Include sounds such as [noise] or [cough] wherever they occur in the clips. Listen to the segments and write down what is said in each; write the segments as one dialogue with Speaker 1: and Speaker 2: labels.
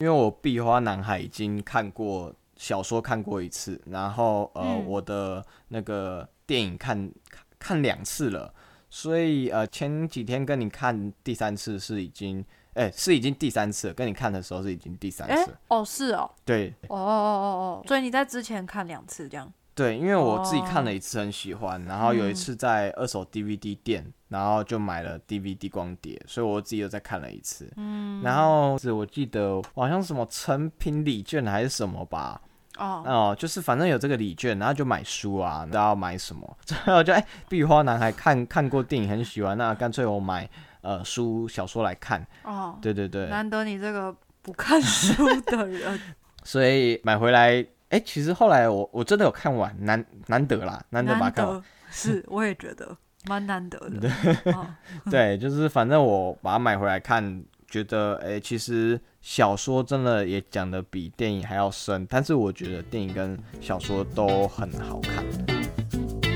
Speaker 1: 因为我《壁花男孩》已经看过小说看过一次，然后呃、
Speaker 2: 嗯
Speaker 1: 我的那个电影看看看两次了，所以呃前几天跟你看第三次是已经哎、是已经第三次了，跟你看的时候是已经第三
Speaker 2: 哎
Speaker 1: 次，，
Speaker 2: 哦，是哦，
Speaker 1: 对
Speaker 2: 哦哦哦哦哦，所以你在之前看两次这样，
Speaker 1: 对，因为我自己看了
Speaker 2: 哦
Speaker 1: 一次很喜欢，然后有一
Speaker 2: 嗯
Speaker 1: 次在二手 DVD 店，然后就买了 DVD 光碟，所以我自己又再看了一次。
Speaker 2: 嗯，
Speaker 1: 然后是我记得好像什么成品礼券还是什么吧，
Speaker 2: 哦，
Speaker 1: 哦、就是反正有这个礼券，然后就买书啊，不知道买什么， [laughs] 最后就哎，壁花男孩看看过电影很喜欢，那干脆我买呃书小说来看，
Speaker 2: 哦，
Speaker 1: 对对对，
Speaker 2: 难得你这个不看书的人，
Speaker 1: 所以买回来，哎，其实后来我我真的有看完，难难得啦， [laughs] 难得把它
Speaker 2: 呃难
Speaker 1: 看完，
Speaker 2: 得，是，我也觉得蛮难得的，哦
Speaker 1: 对，就是反正我把它买回来看，觉得哎、诶其实小说真的也讲的比电影还要深，但是我觉得电影跟小说都很好看。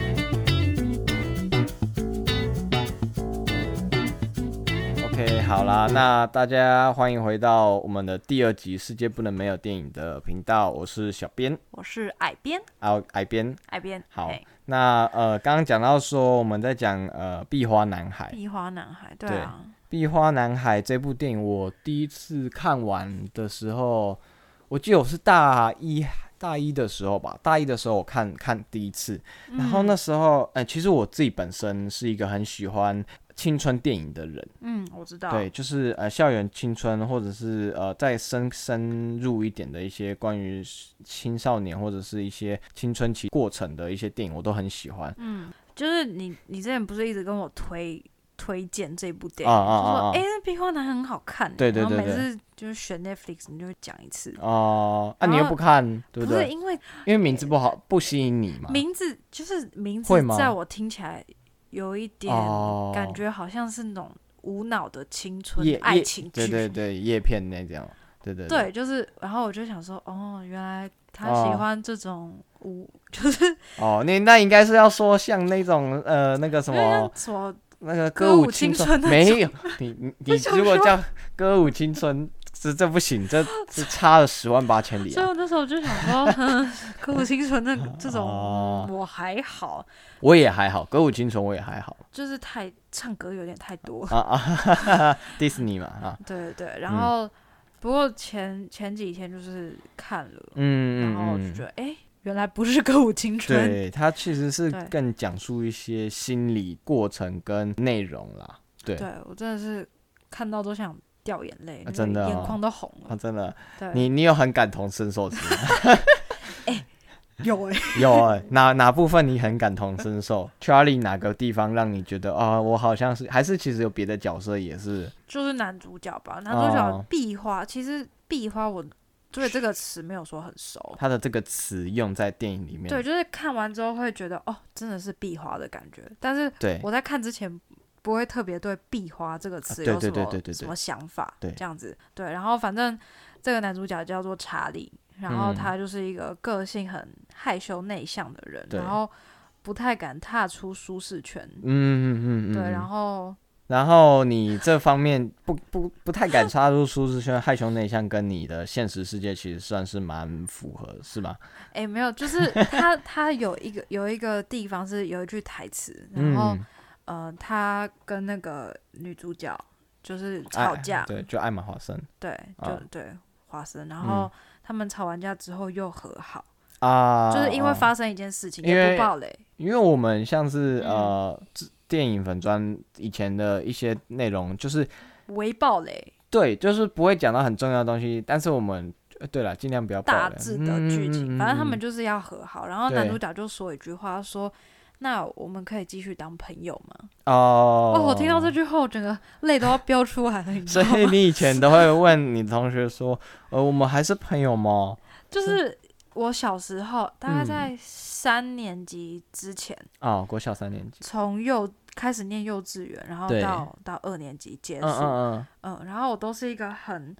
Speaker 1: OK，好啦，那大家欢迎回到我们的第二集《世界不能没有电影》的频道，我是小编，
Speaker 2: 我是矮边，
Speaker 1: 啊，矮边。
Speaker 2: 矮边，哎
Speaker 1: 好
Speaker 2: 嘿
Speaker 1: 那呃，刚刚讲到说我们在讲呃壁花男孩，
Speaker 2: 壁花男孩，对
Speaker 1: 对
Speaker 2: 啊，
Speaker 1: 《壁花男孩》这部电影，我第一次看完的时候，我记得我是大一大一的时候吧，大一的时候我看看第一次，然
Speaker 2: 嗯
Speaker 1: 后那时候，呃，其实我自己本身是一个很喜欢青春电影的人，
Speaker 2: 嗯，我知道，
Speaker 1: 对，就是呃校园青春，或者是呃再深深入一点的一些关于青少年或者是一些青春期过程的一些电影，我都很喜欢。
Speaker 2: 嗯，就是你，你之前不是一直跟我推推荐这部电影，
Speaker 1: 啊啊啊啊
Speaker 2: 就说哎、诶那壁花男很好看欸，
Speaker 1: 对对对
Speaker 2: 然后每
Speaker 1: 对
Speaker 2: 次就是选 Netflix，你就会讲一次，
Speaker 1: 哦、啊，你又
Speaker 2: 然
Speaker 1: 不
Speaker 2: 后
Speaker 1: 看，对
Speaker 2: 是
Speaker 1: 对？啊
Speaker 2: 因为
Speaker 1: 因为名字不好，不吸引你嘛。
Speaker 2: 名字，就是名字
Speaker 1: 会吗
Speaker 2: 在我听起来有一点
Speaker 1: 哦
Speaker 2: 感觉好像是那种无脑的青春
Speaker 1: 叶
Speaker 2: 爱
Speaker 1: 叶
Speaker 2: 情剧，
Speaker 1: 对对对，叶片那种，对对
Speaker 2: 对，就是，然后我就想说，哦，原来他
Speaker 1: 哦
Speaker 2: 喜欢这种无，就是
Speaker 1: 哦，那那应该是要说像那种呃那个什
Speaker 2: 有点
Speaker 1: 么
Speaker 2: 像什么
Speaker 1: 那个
Speaker 2: 嗯歌
Speaker 1: 歌
Speaker 2: 舞
Speaker 1: 青
Speaker 2: 青春那
Speaker 1: 没有你你你
Speaker 2: 想
Speaker 1: 如果
Speaker 2: 说
Speaker 1: 叫歌舞青春，这这不行，这这差了十万八千里
Speaker 2: 所以
Speaker 1: 啊！
Speaker 2: 我那时候就想
Speaker 1: [laughs]
Speaker 2: 说，哼刻骨青春那个这种、
Speaker 1: 哦
Speaker 2: 我还好，
Speaker 1: 我也还好，歌舞青春我也还好
Speaker 2: 就是太唱歌有点太
Speaker 1: [laughs]
Speaker 2: 多。
Speaker 1: 啊啊，哈哈哈迪士尼嘛啊，
Speaker 2: 对对对，然
Speaker 1: 嗯
Speaker 2: 后、不过前前几天就是看了，
Speaker 1: 嗯
Speaker 2: 然后我就
Speaker 1: 嗯嗯。
Speaker 2: 觉得，哎、原来不是歌舞青春。
Speaker 1: 对，它其实是
Speaker 2: 对
Speaker 1: 更讲述一些心理过程跟内容啦。对，
Speaker 2: 对我真的是看到都想掉眼泪，
Speaker 1: 啊
Speaker 2: 那个
Speaker 1: 真的
Speaker 2: 眼
Speaker 1: 哦
Speaker 2: 眶都红
Speaker 1: 啊，
Speaker 2: 了。
Speaker 1: 真的，
Speaker 2: 对，
Speaker 1: 你你有很感同身受之吗？
Speaker 2: 有哎、
Speaker 1: 有、欸、哪哪部分你很感同身受？Charlie 哪个地方让你觉得啊、我好像是还是其实有别的角色也是
Speaker 2: 就是男主角吧，男主角
Speaker 1: 哦
Speaker 2: 壁花，其实壁花我对这个词没有说很熟。
Speaker 1: 他的这个词用在电影里面。
Speaker 2: 对，就是看完之后会觉得哦，真的是壁花的感觉。但是
Speaker 1: 对
Speaker 2: 我在看之前不会特别对“壁花”这个词
Speaker 1: 啊对
Speaker 2: 有什
Speaker 1: 对
Speaker 2: 么、
Speaker 1: 对对对
Speaker 2: 什
Speaker 1: 对
Speaker 2: 么想法，
Speaker 1: 对
Speaker 2: 这样子对。然后反正这个男主角叫做查理，然
Speaker 1: 嗯
Speaker 2: 后他就是一个个性很害羞内向的人，
Speaker 1: 对
Speaker 2: 然后不太敢踏出舒适圈，
Speaker 1: 嗯嗯嗯嗯。
Speaker 2: 对。
Speaker 1: 嗯
Speaker 2: 然后
Speaker 1: 然后你这方面不不不太敢插入舒适圈，害羞内向，跟你的现实世界其实算是蛮符合，是吧？
Speaker 2: 哎，没有，就是
Speaker 1: [laughs]
Speaker 2: 他他有一个有一个地方是有一句台词，然后、
Speaker 1: 嗯，
Speaker 2: 呃，他跟那个女主角就是
Speaker 1: 爱
Speaker 2: 吵架，
Speaker 1: 哎对，嗯就艾玛华森
Speaker 2: 对，就、
Speaker 1: 啊
Speaker 2: 对华生，然后他们吵完架之后又和好，
Speaker 1: 啊，
Speaker 2: 就是因为
Speaker 1: 啊
Speaker 2: 发生一件事情，
Speaker 1: 因为
Speaker 2: 也不爆雷，
Speaker 1: 因为我们像是、
Speaker 2: 嗯
Speaker 1: 呃自电影粉砖以前的一些内容，就是
Speaker 2: 微爆雷，
Speaker 1: 对，就是不会讲到很重要的东西，但是我们呃对了，尽量不要爆
Speaker 2: 大
Speaker 1: 雷
Speaker 2: 致的剧情，
Speaker 1: 嗯
Speaker 2: 反正他
Speaker 1: 嗯
Speaker 2: 们就是要和好，然后
Speaker 1: 对
Speaker 2: 男主角就说一句话说。那我们可以继续当朋友吗？
Speaker 1: 嗯哦
Speaker 2: 哦，我听
Speaker 1: [laughs]
Speaker 2: 到这，句后，整个泪都要飙出来了，你知
Speaker 1: 所
Speaker 2: 道吗
Speaker 1: 以？你以前都会问你同学说，呃，我们还是朋友吗？
Speaker 2: 就是我小时候，大概
Speaker 1: 嗯
Speaker 2: 在三年级之前，
Speaker 1: 哦，国小三年级，
Speaker 2: 从幼开始念幼稚园，然后
Speaker 1: 对
Speaker 2: 到到二年级结
Speaker 1: 嗯
Speaker 2: 束，
Speaker 1: 嗯
Speaker 2: 嗯，然后我都是一个很，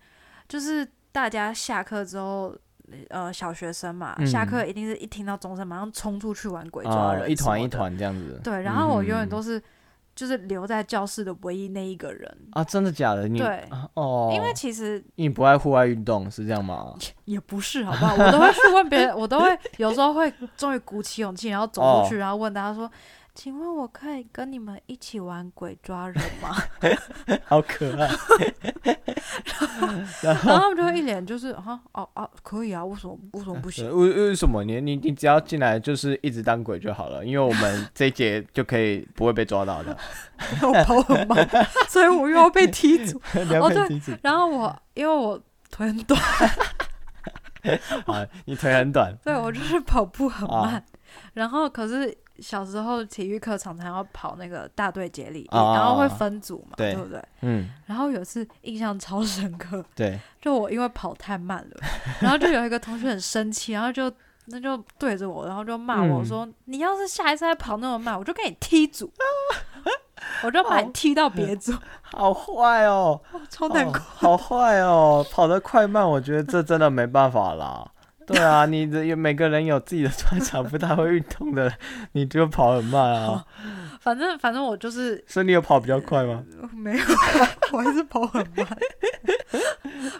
Speaker 2: 就是大家下课之后，呃，小学生嘛，下
Speaker 1: 嗯
Speaker 2: 课一定是一听到钟声，马上冲出去玩鬼
Speaker 1: 嗯，
Speaker 2: 抓
Speaker 1: 啊、
Speaker 2: 人、
Speaker 1: 一团一。团这样子，
Speaker 2: 对，然后我永远
Speaker 1: 嗯
Speaker 2: 都是，就是留在教室的唯一那一个人。
Speaker 1: 啊，真的假的？你
Speaker 2: 对，
Speaker 1: 啊哦，
Speaker 2: 因为其实
Speaker 1: 你不爱户外运动是这样吗？ [laughs]
Speaker 2: 也不是，好不 [laughs] 好？我都会去问别人，我都会有时候会终于鼓起勇气，然后走出
Speaker 1: 哦
Speaker 2: 去，然后问大家说：“请问我可以跟你们一起玩鬼抓人
Speaker 1: [laughs]
Speaker 2: 吗
Speaker 1: 好可爱，？”
Speaker 2: 然后他们就会一脸就是哈哦哦，可以啊，为什么为什么不
Speaker 1: 对 [laughs]
Speaker 2: 行？
Speaker 1: 为为什么你你你只要进来就是一直当鬼就好了？因为我们这一节就可以不会被抓到
Speaker 2: 哦
Speaker 1: 的。
Speaker 2: 我跑很慢，所以我又要被踢
Speaker 1: [laughs]
Speaker 2: 走。
Speaker 1: 聊
Speaker 2: 对
Speaker 1: 天停止
Speaker 2: 然后我因为我腿很
Speaker 1: [laughs]
Speaker 2: 短，
Speaker 1: 啊，你腿很短
Speaker 2: 对我就是跑步很
Speaker 1: 啊
Speaker 2: 慢。然后可是小时候体育课常常要跑那个大队接力，
Speaker 1: 啊
Speaker 2: 然后会分组嘛，
Speaker 1: 对
Speaker 2: 不对？
Speaker 1: 嗯，
Speaker 2: 然后有一次印象超深刻，
Speaker 1: 对，
Speaker 2: 就我因为跑太慢了，然后就有一个同学很生气，然后就那就对着我，然后就骂我
Speaker 1: 嗯
Speaker 2: 说：“你要是下一次再跑那么慢，我就给你踢组， [laughs] 我就把你踢到别组。
Speaker 1: 好坏哦，
Speaker 2: 我 [laughs] 超难过。
Speaker 1: 哦好坏哦，跑得快慢，我觉得这真的没办法啦。
Speaker 2: [laughs]
Speaker 1: 对啊，你的有每个人有自己的专长，不太会运动的，你就跑很慢
Speaker 2: [laughs] 哦
Speaker 1: 啊。
Speaker 2: 反正反正我就是
Speaker 1: 所以你有跑比较快吗？
Speaker 2: [laughs] 没有，啊我还是跑很慢。 [laughs]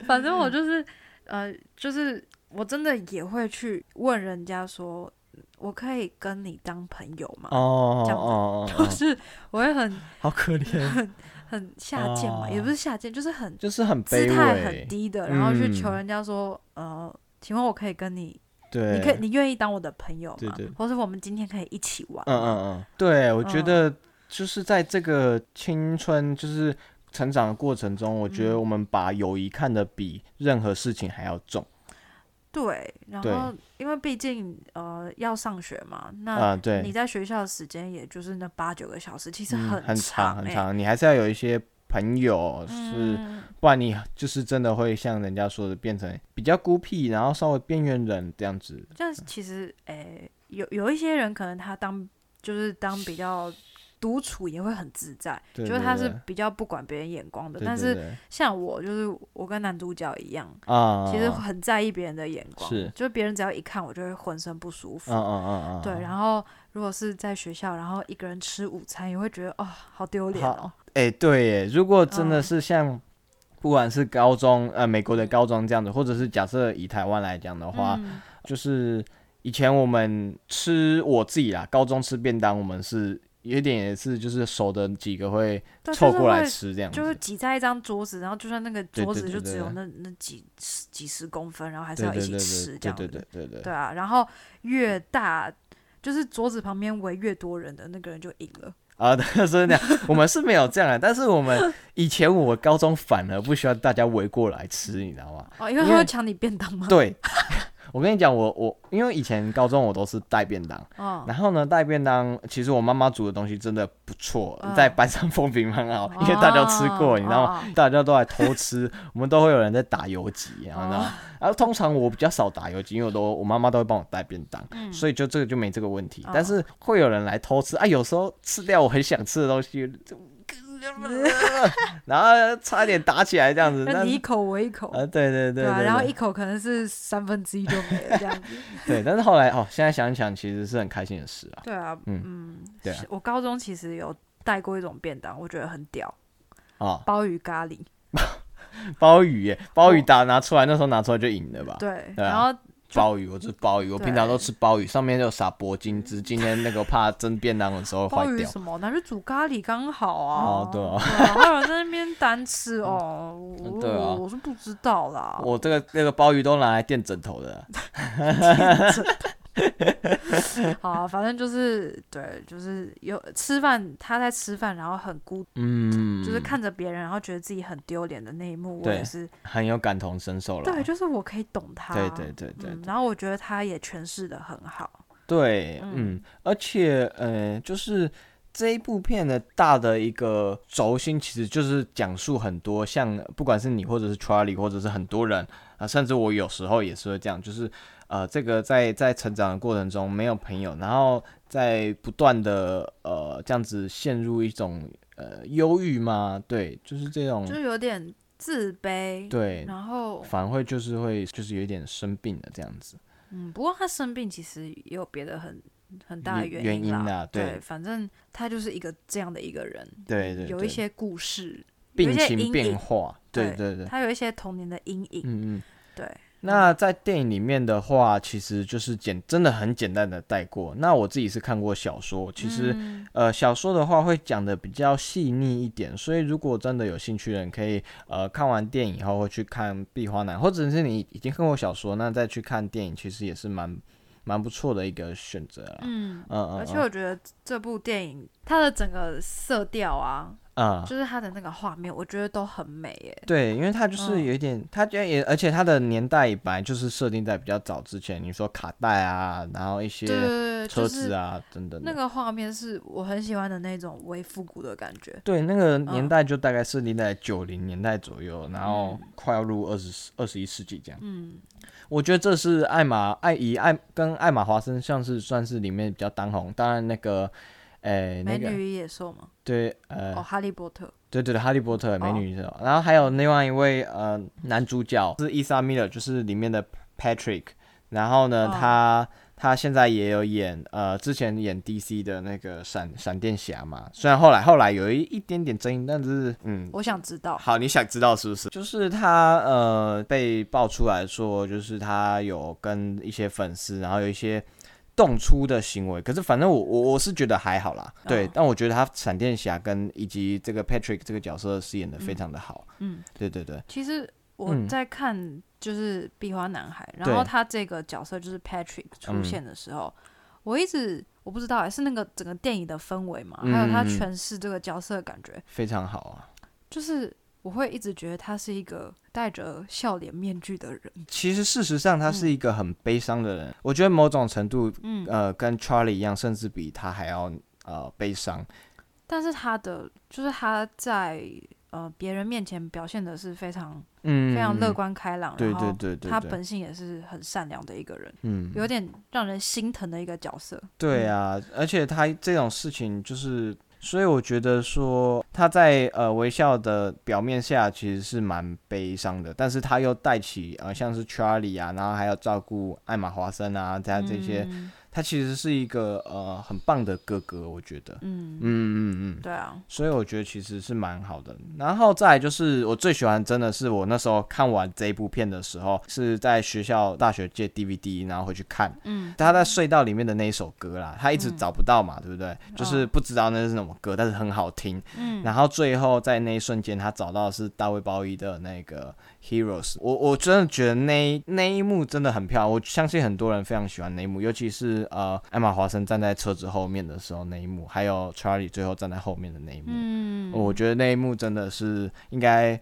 Speaker 2: 反 [laughs] 正我就是呃，就是我真的也会去问人家说，我可以跟你当朋友吗？
Speaker 1: 哦哦
Speaker 2: 这样子
Speaker 1: 哦哦
Speaker 2: 就
Speaker 1: 哦，
Speaker 2: 是我会很
Speaker 1: 好可怜，
Speaker 2: [laughs] 很下贱嘛，
Speaker 1: 哦
Speaker 2: 也不是下贱，就是很
Speaker 1: 就是很
Speaker 2: 姿
Speaker 1: 卑
Speaker 2: 态很
Speaker 1: 微。
Speaker 2: 低的，然后去
Speaker 1: 嗯
Speaker 2: 求人家说，呃，请问我可以跟你，
Speaker 1: 对，
Speaker 2: 你可以你愿意当我的朋友吗
Speaker 1: 对对？
Speaker 2: 或是我们今天可以一起玩
Speaker 1: 嗯
Speaker 2: 吗？
Speaker 1: 嗯嗯，对，我觉
Speaker 2: 嗯
Speaker 1: 得就是在这个青春就是成长的过程中，我觉得
Speaker 2: 嗯
Speaker 1: 我们把友谊看得比任何事情还要重
Speaker 2: 对，然
Speaker 1: 对
Speaker 2: 后因为毕竟呃要上学嘛，那
Speaker 1: 啊、对，
Speaker 2: 你在学校的时间也就是那八九个小时，其实
Speaker 1: 嗯很
Speaker 2: 长
Speaker 1: 很
Speaker 2: 欸
Speaker 1: 长，你还是要有一些朋友是，
Speaker 2: 嗯
Speaker 1: 不然你就是真的会像人家说的变成比较孤僻，然后稍微边缘人这样子。
Speaker 2: 这样其实诶、有有一些人可能他当就是当比较独处也会很自在，
Speaker 1: 对
Speaker 2: 就是
Speaker 1: 对
Speaker 2: 他是
Speaker 1: 对
Speaker 2: 比较不管别人眼光的，
Speaker 1: 对
Speaker 2: 但
Speaker 1: 对
Speaker 2: 是
Speaker 1: 对
Speaker 2: 像我就是我跟男主角一样，
Speaker 1: 啊，
Speaker 2: 其实很在意别人的眼光，
Speaker 1: 是
Speaker 2: 就是别人只要一看我就会浑身不舒服。
Speaker 1: 嗯嗯嗯嗯，
Speaker 2: 对，然后如果是在学校，然后一个人吃午餐，也会觉得哦，好丢脸哦。
Speaker 1: 哎、对耶，如果真的
Speaker 2: 嗯
Speaker 1: 是像，不管是高中，呃，美国的高中这样子，或者是假设以台湾来讲的话，
Speaker 2: 嗯
Speaker 1: 就是以前我们吃我自己啦，高中吃便当，我们是有一点也是，就是熟的几个会
Speaker 2: 对，
Speaker 1: 凑
Speaker 2: 就是
Speaker 1: 过来
Speaker 2: 会
Speaker 1: 吃这样子，
Speaker 2: 就是挤在一张桌子，然后就算那个
Speaker 1: 对
Speaker 2: 桌
Speaker 1: 对
Speaker 2: 子
Speaker 1: 对
Speaker 2: 就
Speaker 1: 对
Speaker 2: 只有
Speaker 1: 对
Speaker 2: 那那几十几十公分，然后还是
Speaker 1: 对
Speaker 2: 要
Speaker 1: 对
Speaker 2: 一
Speaker 1: 对对
Speaker 2: 起吃
Speaker 1: 对
Speaker 2: 这样
Speaker 1: 对
Speaker 2: 子。
Speaker 1: 对对对
Speaker 2: 对啊，然后越大就是桌子旁边围越多人的那个人就赢了。
Speaker 1: 啊， [laughs] 对，是这样，我们是没有这样的，但是我
Speaker 2: [laughs]
Speaker 1: 们以前我高中反而不需要大家围过来吃，你知道吗？
Speaker 2: 哦，因为
Speaker 1: 因
Speaker 2: 他
Speaker 1: 为
Speaker 2: 会抢你便当吗？ [laughs]
Speaker 1: 对，我跟你讲，我我因为以前高中我都是带便当。
Speaker 2: 哦，
Speaker 1: 然后呢，带便当，其实我妈妈煮的东西真的不错，
Speaker 2: 嗯哦
Speaker 1: 在班上 [laughs] 风评很好，因为大家都吃过，你知道吗？ [laughs]
Speaker 2: 吗？
Speaker 1: 大家都来偷吃， [laughs] 我们都会有人在打游击，然后呢
Speaker 2: 哦，
Speaker 1: 然后通常我比较少打游击，因为我都我妈妈都会帮我带便当，
Speaker 2: 嗯
Speaker 1: 所以就这个就没这个问题
Speaker 2: 哦。
Speaker 1: 但是会有人来偷吃啊，有时候吃掉我很想吃的东西，
Speaker 2: [laughs]
Speaker 1: 就然后差一点打起来这样子。
Speaker 2: 那
Speaker 1: 但
Speaker 2: 你一
Speaker 1: 是
Speaker 2: 口我一口，
Speaker 1: 啊，对对对
Speaker 2: 对啊，然后
Speaker 1: 对
Speaker 2: 一口可能是三分之一就没了这样
Speaker 1: [laughs]
Speaker 2: 子。
Speaker 1: 对，但是后来哦，现在想一想，其实是很开心的事啊。
Speaker 2: 对啊，
Speaker 1: 嗯
Speaker 2: 嗯，
Speaker 1: 对啊
Speaker 2: 是我高中其实有带过一种便当，我觉得很屌，
Speaker 1: 啊，
Speaker 2: 鲍鱼咖喱。
Speaker 1: 鲍鱼耶，鲍鱼
Speaker 2: 哦
Speaker 1: 打拿出来，那时候拿出来就赢了吧？
Speaker 2: 对，
Speaker 1: 对啊
Speaker 2: 然后
Speaker 1: 鲍鱼，我吃鲍鱼，我
Speaker 2: 对
Speaker 1: 平常都吃鲍鱼，上面都有撒铂金汁。今天那个怕蒸便当的时候坏
Speaker 2: 鲍鱼
Speaker 1: 掉。
Speaker 2: 什么拿去煮咖喱刚好啊。
Speaker 1: 哦对 [laughs] 啊
Speaker 2: 啊，还有人在那边单吃哦，我
Speaker 1: 对啊
Speaker 2: 我是不知道啦。
Speaker 1: 我这个那个鲍鱼都拿来垫枕头的，
Speaker 2: 好啊、反正就是对，就是有吃饭，他在吃饭，然后很孤，
Speaker 1: 嗯，
Speaker 2: 就是看着别人，然后觉得自己很丢脸的那一幕，我
Speaker 1: 对
Speaker 2: 也是，
Speaker 1: 很有感同身受了。
Speaker 2: 对，就是我可以懂他。
Speaker 1: 对对对对
Speaker 2: 嗯，然后我觉得他也诠释的很好。
Speaker 1: 对，
Speaker 2: 嗯
Speaker 1: 嗯，而且呃，就是这一部片的大的一个轴心，其实就是讲述很多像不管是你或者是 Charlie 或者是很多人啊、甚至我有时候也是会这样，就是呃，这个在在成长的过程中没有朋友，然后在不断的呃这样子陷入一种呃忧郁嘛，对，就是这种
Speaker 2: 就有点自卑。，
Speaker 1: 嗯对，
Speaker 2: 然后
Speaker 1: 反而会就是会就是有一点生病的这样子。
Speaker 2: 嗯嗯，不过他生病其实也有别的很很大的
Speaker 1: 原
Speaker 2: 因啦。
Speaker 1: 原因啊对
Speaker 2: 对，反正他就是一个这样的一个人，
Speaker 1: 对对，
Speaker 2: 有
Speaker 1: 对
Speaker 2: 一些故事，有一
Speaker 1: 病
Speaker 2: 些
Speaker 1: 情
Speaker 2: 阴
Speaker 1: 变
Speaker 2: 影
Speaker 1: 化，对对对，
Speaker 2: 他有一些童年的阴影。
Speaker 1: 嗯嗯。
Speaker 2: 对，
Speaker 1: 那在电影里面的话，其实就是简真的很简单的带过。那我自己是看过小说，其实、
Speaker 2: 嗯
Speaker 1: 呃，小说的话会讲的比较细腻一点，所以如果真的有兴趣的人，可以呃看完电影以后会去看《壁花男》，或者是你已经看过小说，那再去看电影，其实也是蛮蛮不错的一个选择啦。
Speaker 2: 嗯，
Speaker 1: 嗯
Speaker 2: 而
Speaker 1: 嗯
Speaker 2: 且
Speaker 1: 嗯
Speaker 2: 我觉得这部电影它的整个色调啊，
Speaker 1: 嗯，
Speaker 2: 就是它的那个画面，我觉得都很美耶。
Speaker 1: 对，因为它就是
Speaker 2: 嗯
Speaker 1: 有一点，它就也而且它的年代也本来就是设定在比较早之前，你说卡带啊，然后一些
Speaker 2: 对对对，
Speaker 1: 车
Speaker 2: 就
Speaker 1: 子
Speaker 2: 是
Speaker 1: 啊等等的。
Speaker 2: 那个画面是我很喜欢的那种微复古的感觉。
Speaker 1: 对，那
Speaker 2: 嗯
Speaker 1: 个年代就大概设定在九零年代左右，然后快要入二十二十一世纪这样。
Speaker 2: 嗯，
Speaker 1: 我觉得这是艾玛艾姨艾跟艾玛华森像是算是里面比较当红，当然那个，诶、那
Speaker 2: 美女
Speaker 1: 个
Speaker 2: 与野兽嘛，
Speaker 1: 对呃、
Speaker 2: 哦，哈利波特。
Speaker 1: 对对对，哈利波特美女、哦、然后还有另外一位呃男主角是伊莎米勒，就是里面的 Patrick，然后呢、
Speaker 2: 哦
Speaker 1: 他他现在也有演呃之前演 DC 的那个闪闪电侠嘛，虽然后来后来有一一点点争议，但是嗯
Speaker 2: 我想知道，
Speaker 1: 好，你想知道是不是？就是他呃被爆出来说，就是他有跟一些粉丝，然后有一些动粗的行为。可是反正我我我是觉得还好啦，对。
Speaker 2: 哦
Speaker 1: 但我觉得他闪电侠跟以及这个 Patrick 这个角色饰演的非常的好，
Speaker 2: 嗯，
Speaker 1: 对对对，
Speaker 2: 其实我
Speaker 1: 嗯
Speaker 2: 在看就是《壁花男孩》
Speaker 1: 对嗯
Speaker 2: 然后他这个角色就是 Patrick 出现的时候，我一直我不知道、欸、是那个整个电影的氛围嘛，还有他
Speaker 1: 嗯嗯嗯
Speaker 2: 诠释这个角色的感觉，
Speaker 1: 非常好啊。
Speaker 2: 就是我会一直觉得他是一个戴着笑脸面具的人。
Speaker 1: 其实事实上他是一个很悲伤的人，我觉得某种程度
Speaker 2: 嗯，
Speaker 1: 呃跟 Charlie 一样，甚至比他还要呃悲伤。
Speaker 2: 但是他的就是他在呃别人面前表现的是非常、
Speaker 1: 嗯，
Speaker 2: 非常乐观开朗，
Speaker 1: 对。
Speaker 2: 然
Speaker 1: 对
Speaker 2: 后
Speaker 1: 对对对，
Speaker 2: 他
Speaker 1: 对
Speaker 2: 本性也是很善良的一个人，
Speaker 1: 嗯
Speaker 2: 有点让人心疼的一个角色。
Speaker 1: 对啊，而且他这种事情就是，所以我觉得说他在呃微笑的表面下其实是蛮悲伤的，但是他又带起呃像是 Charlie 啊，然后还要照顾艾玛华森啊，他这些，
Speaker 2: 嗯
Speaker 1: 他其实是一个呃很棒的哥哥，我觉得，
Speaker 2: 嗯
Speaker 1: 嗯嗯嗯。
Speaker 2: 对啊，
Speaker 1: 所以我觉得其实是蛮好的。然后再来就是我最喜欢，真的是我那时候看完这一部片的时候，是在学校大学借 DVD，然后回去看。
Speaker 2: 嗯，
Speaker 1: 他在隧道里面的那一首歌啦，他一直找不到嘛，对不对？就是不知道那是什么歌，但是很好听。
Speaker 2: 哦嗯，
Speaker 1: 然后最后在那一瞬间，他找到的是大卫鲍伊的那个 Heroes。我我真的觉得那一那一幕真的很漂亮，我相信很多人非常喜欢那一幕，尤其是呃艾玛华森站在车子后面的时候那一幕，还有 Charlie 最后站在后面的那一幕。
Speaker 2: 嗯，
Speaker 1: 我觉得那一幕真的是应该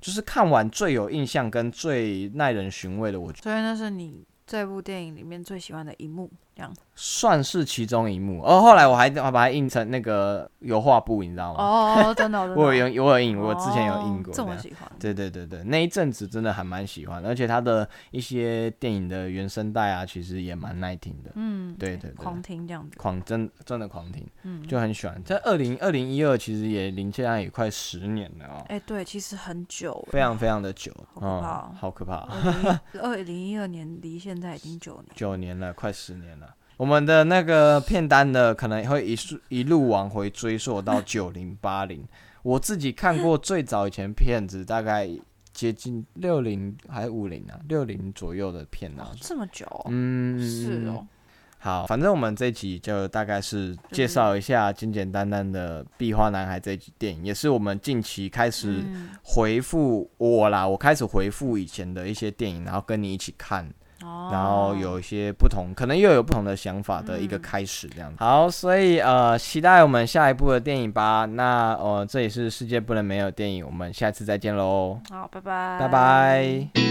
Speaker 1: 就是看完最有印象跟最耐人寻味的，我觉得
Speaker 2: 所以那是你这部电影里面最喜欢的一幕，这样。
Speaker 1: 算是其中一幕。哦，后来我还我还把它印成那个油画布，你知道吗？
Speaker 2: 哦，真的，真的
Speaker 1: 我有印，我有印，我之前有印过。
Speaker 2: 哦这么
Speaker 1: 样
Speaker 2: 喜欢。
Speaker 1: 对对对对，那一阵子真的还蛮喜欢，而且他的一些电影的原声带啊，其实也蛮耐听的，
Speaker 2: 嗯，
Speaker 1: 对对对
Speaker 2: 狂听这样子，
Speaker 1: 狂真真的狂听，
Speaker 2: 嗯，
Speaker 1: 就很喜欢。在二零二零一二，其实也离现在也快十年了哦，
Speaker 2: 哎、对，其实很久欸，
Speaker 1: 非常非常的久，
Speaker 2: 好可怕哦
Speaker 1: 嗯，好可怕哦。
Speaker 2: 二零一二年离现在已经九年，
Speaker 1: 九年了，快十年了。我们的那个片单呢，可能会一溯一路往回追溯到九零八零。我自己看过最早以前片子，大概接近六零还五零啊，六零左右的片啊
Speaker 2: 哦。这么久哦、
Speaker 1: 嗯，
Speaker 2: 是哦。
Speaker 1: 好，反正我们这一集就大概是介绍一下简简单单的《壁花男孩》这一集电影，也是我们近期开始
Speaker 2: 嗯
Speaker 1: 回复我啦，我开始回复以前的一些电影，然后跟你一起看。
Speaker 2: 哦，
Speaker 1: 然后有一些不同，可能又有不同的想法的一个
Speaker 2: 嗯
Speaker 1: 开始，这样子。好，所以呃，期待我们下一部的电影吧。那呃，这里是世界不能没有电影，我们下次再见喽，
Speaker 2: 好，拜拜，
Speaker 1: 拜拜。